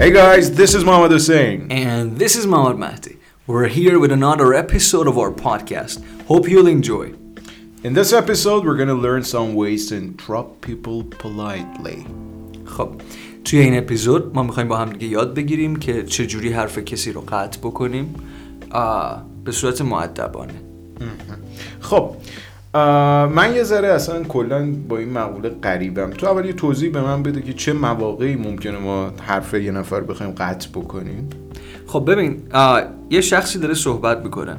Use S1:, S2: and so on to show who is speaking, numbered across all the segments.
S1: Hey guys, this is Mohammad Hussein.
S2: And this is Mohammad Mahdi. We're here with another episode of our podcast. Hope you'll enjoy.
S1: In this episode, we're gonna learn some ways to interrupt people politely.
S2: خب توی این اپیزود ما میخوایم با هم دیگه یاد بگیریم که چجوری حرف کسی رو قطع بکنیم آه، به صورت معدبانه
S1: خب اه، من یه ذره اصلا کلا با این مقوله قریبم تو اول یه توضیح به من بده که چه مواقعی ممکنه ما حرف یه نفر بخوایم قطع بکنیم
S2: خب ببین آه، یه شخصی داره صحبت میکنه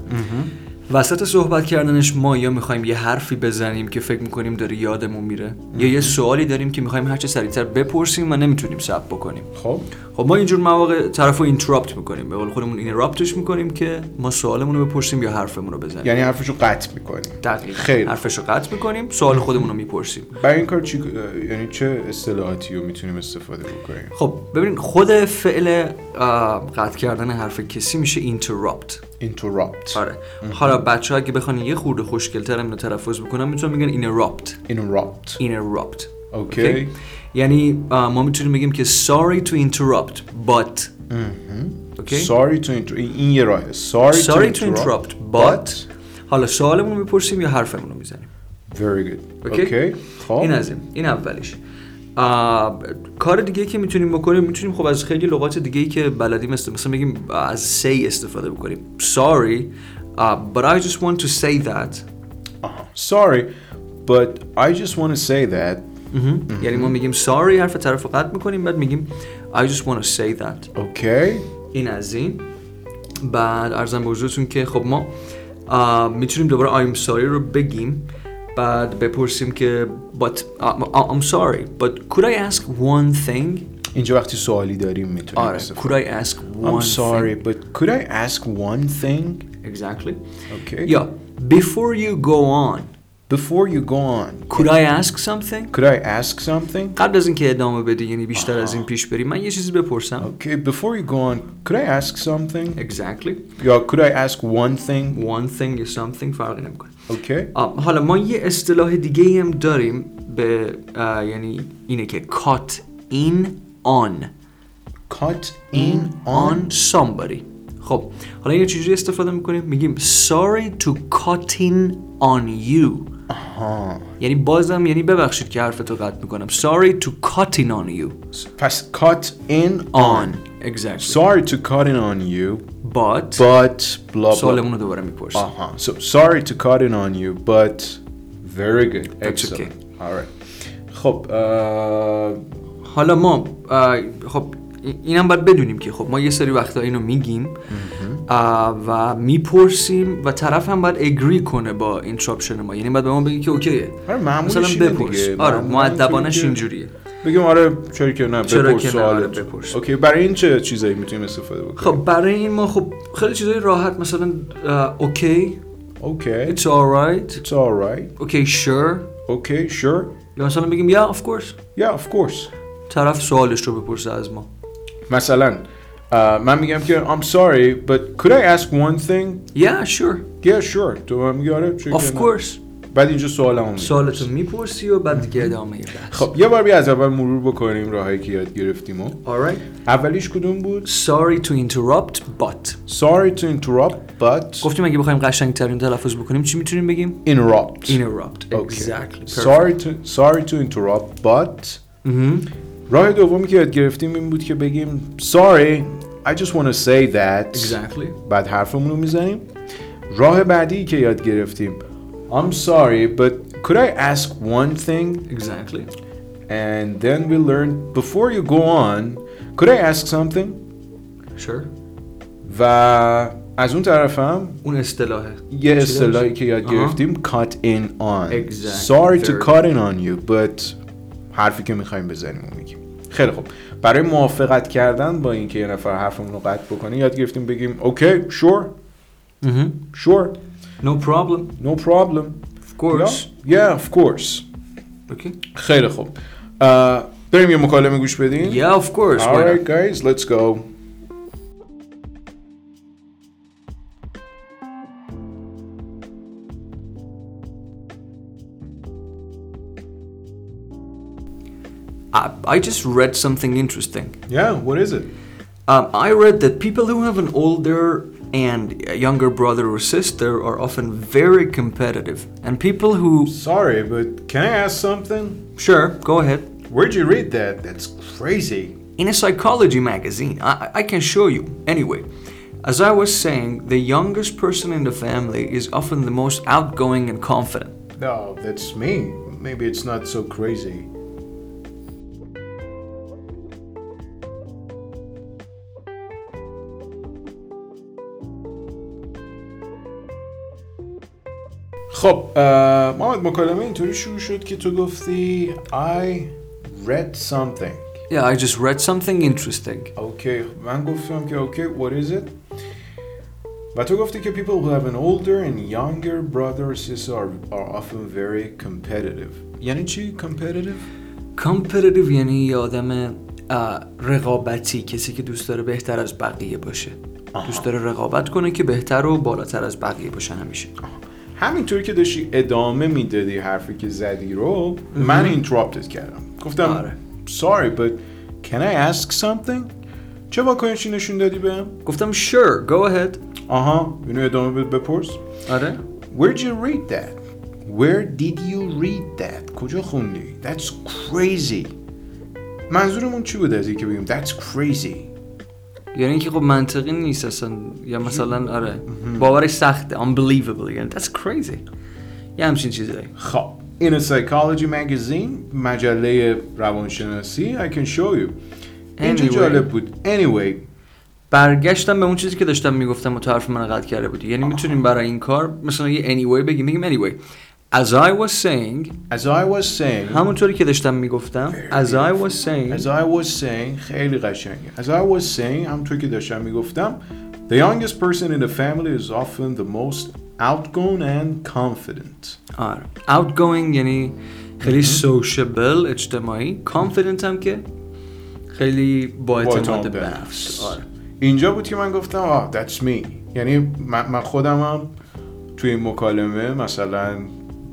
S2: وسط صحبت کردنش ما یا میخوایم یه حرفی بزنیم که فکر میکنیم داره یادمون میره یا یه سوالی داریم که میخوایم هرچه سریعتر بپرسیم و نمیتونیم صبر بکنیم
S1: خب
S2: خب ما اینجور مواقع طرف رو اینتراپت میکنیم به قول خودمون اینتراپتش میکنیم که ما سوالمون رو بپرسیم یا حرفمون رو بزنیم
S1: یعنی حرفش رو قطع میکنیم
S2: دقیقا
S1: خیلی.
S2: حرفش رو قطع میکنیم سوال خودمون رو میپرسیم
S1: برای این کار چی... اه، یعنی چه اصطلاحاتی رو میتونیم استفاده بکنیم
S2: خب ببین خود فعل آه، قطع کردن حرف کسی میشه اینتراپت
S1: interrupt
S2: آره حالا بچه ها اگه بخوان یه خورده خوشگل‌تر اینو تلفظ بکنن میتونن میگن اینتراپت
S1: interrupt
S2: اینتراپت
S1: اوکی
S2: یعنی آه، ما میتونیم بگیم که sorry to interrupt but اوکی
S1: sorry to interrupt این یه راهه sorry,
S2: sorry to interrupt but حالا سوالمون رو میپرسیم یا حرفمون رو میزنیم
S1: Very good.
S2: اوکی؟
S1: اوکی. خب.
S2: این از این این اولیش آه، کار دیگه که میتونیم بکنیم میتونیم خب از خیلی لغات دیگه ای که بلدیم مثل مثلا بگیم آه، از say استفاده بکنیم sorry uh, but I just want to say that
S1: آها. Sorry, but I just want to say that.
S2: یعنی ما میگیم sorry حرف طرف رو قطع میکنیم بعد میگیم I just want to say that
S1: Okay.
S2: این از این بعد ارزم به حضورتون که خب ما آه، میتونیم دوباره I'm sorry رو بگیم بعد بپرسیم که but آه، I'm sorry but could I ask one thing
S1: اینجا وقتی سوالی داریم میتونیم
S2: آره
S1: استفاده
S2: could I ask
S1: I'm
S2: one
S1: sorry, but could I ask one thing?
S2: thing exactly
S1: Okay.
S2: یا before you go on
S1: Before you go on,
S2: could I ask something
S1: could I ask something?
S2: قبل از اینکه ادامه بدی یعنی بیشتر از این پیش بریم من یه چیزی بپرسم
S1: Okay, before you go on, could I ask something?
S2: exactly
S1: یا could I ask one thing?
S2: one thing is something فرقی نمیکنه
S1: Okay.
S2: آم، حالا ما یه اصطلاح دیگه ای هم داریم به آه، یعنی اینه که caught in on
S1: Cut in on.
S2: on somebody خب حالا اینو چجوری استفاده میکنیم میگیم sorry to caught in on you
S1: آها.
S2: یعنی بازم یعنی ببخشید که حرفتو قطع میکنم sorry to caught in on you
S1: پس cut in
S2: on
S1: on.
S2: exactly
S1: Sorry to cut in on you,
S2: but
S1: but blah blah.
S2: سوالمون رو دوباره میپرسیم
S1: Uh-huh. So sorry to cut in on you, but very good.
S2: That's
S1: Excellent. All right. uh, خب اه،
S2: حالا ما اه، خب ای- اینم باید بدونیم که خب ما یه سری وقتا اینو میگیم اه، و میپرسیم و طرف هم باید اگری کنه با اینتراپشن ما یعنی باید به ما بگی که اوکیه
S1: آره، معمولش
S2: مثلا
S1: اینه
S2: بپرس
S1: دیگه.
S2: آره
S1: معمولا
S2: معدبانش
S1: اینطوریه
S2: اینجوریه
S1: بگیم آره چرا که نه
S2: چرا
S1: بپرس
S2: که نه،
S1: سوالت.
S2: آره، بپرس.
S1: اوکی برای این چه چیزایی میتونیم استفاده بکنیم
S2: خب برای این ما خب خیلی چیزای راحت مثلا اه، اوکی
S1: اوکی
S2: it's alright
S1: It's all right.
S2: اوکی sure
S1: Okay, sure.
S2: یا مثلا بگیم یا of course
S1: Yeah, of course.
S2: طرف سوالش رو بپرسه از ما
S1: مثلا اه، uh, من میگم که I'm sorry, but could I ask one thing?
S2: yeah sure
S1: Yeah, sure. تو من میگی آره چرا
S2: of
S1: که نه.
S2: course
S1: بعد اینجا سوالمو میگم.
S2: سوالتون میپرسی و بعد دیگه ادامه بحث
S1: خب یه بار بیا از اول مرور بکنیم راههایی که یاد گرفتیم و
S2: alright
S1: اولیش کدوم بود
S2: Sorry to interrupt but
S1: Sorry to interrupt, but
S2: گفتیم اگه بخوایم قشنگ ترین تلفظ بکنیم چی میتونیم بگیم؟
S1: interrupt.
S2: interrupt
S1: Okay.
S2: exactly perfect.
S1: Sorry to sorry to interrupt, but
S2: مهم.
S1: راه دومی که یاد گرفتیم این بود که بگیم sorry, I just want to say that.
S2: exactly
S1: بعد حرفمون رو میزنیم. راه بعدی که یاد گرفتیم I'm sorry, but could I ask one thing?
S2: exactly
S1: And then we learned before you go on, could I ask something?
S2: sure
S1: و از اون طرفم
S2: اون اصطلاحه
S1: یه
S2: چی
S1: اصطلاحی
S2: داشت؟
S1: که یاد
S2: آها.
S1: گرفتیم cut in on
S2: Uh-huh. Exactly.
S1: sorry to
S2: Very
S1: cut in on you but حرفی که میخوایم بزنیم اون میگیم خیلی خوب برای موافقت کردن با اینکه یه نفر حرفمون رو قطع بکنه یاد گرفتیم بگیم اوکی sure
S2: مهم.
S1: sure
S2: no problem
S1: no problem
S2: of course
S1: yeah, yeah of course
S2: okay
S1: خیلی خوب اه، بریم یه مکالمه گوش بدیم
S2: yeah of course why
S1: Alright
S2: not?
S1: guys let's go
S2: I, I just read something interesting
S1: yeah what is it
S2: Um, I read that people who have an older and a younger brother or sister are often very competitive, and people who
S1: Sorry, but can I ask something?
S2: sure go ahead.
S1: Where'd you read that? That's crazy.
S2: in a psychology magazine. I, I- I can show you. Anyway, as I was saying, the youngest person in the family is often the most outgoing and confident.
S1: No, that's me. Maybe it's not so crazy. خب اه، محمد مکالمه اینطوری شروع شد که تو گفتی I read something
S2: Yeah, I just read something interesting.
S1: اوکی من گفتم که اوکی what is it و تو گفتی که people who have an older and younger brother or sister are, are often very competitive یعنی چی competitive؟
S2: Competitive یعنی یه آدم اه، رقابتی کسی که دوست داره بهتر از بقیه باشه دوست داره رقابت کنه که بهتر و بالاتر از بقیه باشه همیشه
S1: همینطوری که داشتی ادامه میدادی حرفی که زدی رو من اینترابتت کردم گفتم
S2: آره.
S1: sorry but can I ask something؟ چه واکنشی نشون دادی بهم؟
S2: گفتم sure go ahead
S1: آها اینو ادامه بده بپرس
S2: آره
S1: Where'd you read that? Where did you read that? کجا خوندی؟ That's crazy. منظورمون چی بود از اینکه بگیم That's crazy.
S2: یعنی اینکه خب منطقی نیست اصلا یا مثلا آره باورش سخته unbelievable یعنی that's crazy یه همچین چیزایی
S1: خب In a psychology magazine مجله روانشناسی I can show you. اینجا
S2: Anyway.
S1: جالب بود. Anyway
S2: برگشتم به اون چیزی که داشتم میگفتم و تو حرف من قطع کرده بودی یعنی میتونیم برای این کار مثلا یه anyway بگیم میگیم anyway as I was saying
S1: as I was saying
S2: همونطوری که داشتم میگفتم as I was
S1: As
S2: saying
S1: I was saying خیلی قشنگه As I was saying همطور که داشتم میگفتم The youngest person in the family is often the most outgoing and confident
S2: آره outgoing یعنی خیلی sociable اجتماعی confident هم که خیلی با اعتماد به نفس آره
S1: اینجا بود که من گفتم آه that's me یعنی من, من خودم هم توی این مکالمه مثلا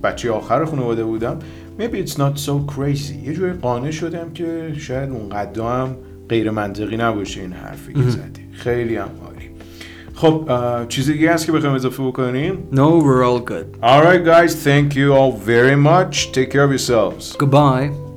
S1: بچه آخر خانواده بودم maybe it's not so crazy یه جوری قانع شدم که شاید اونقدر هم غیر منطقی نباشه این حرفی که زدی خیلی هم عالی خب آه، چیزی دیگه هست که بخوایم اضافه بکنیم
S2: no we're all good
S1: Alright guys, thank you all very much. Take care of yourselves.
S2: goodbye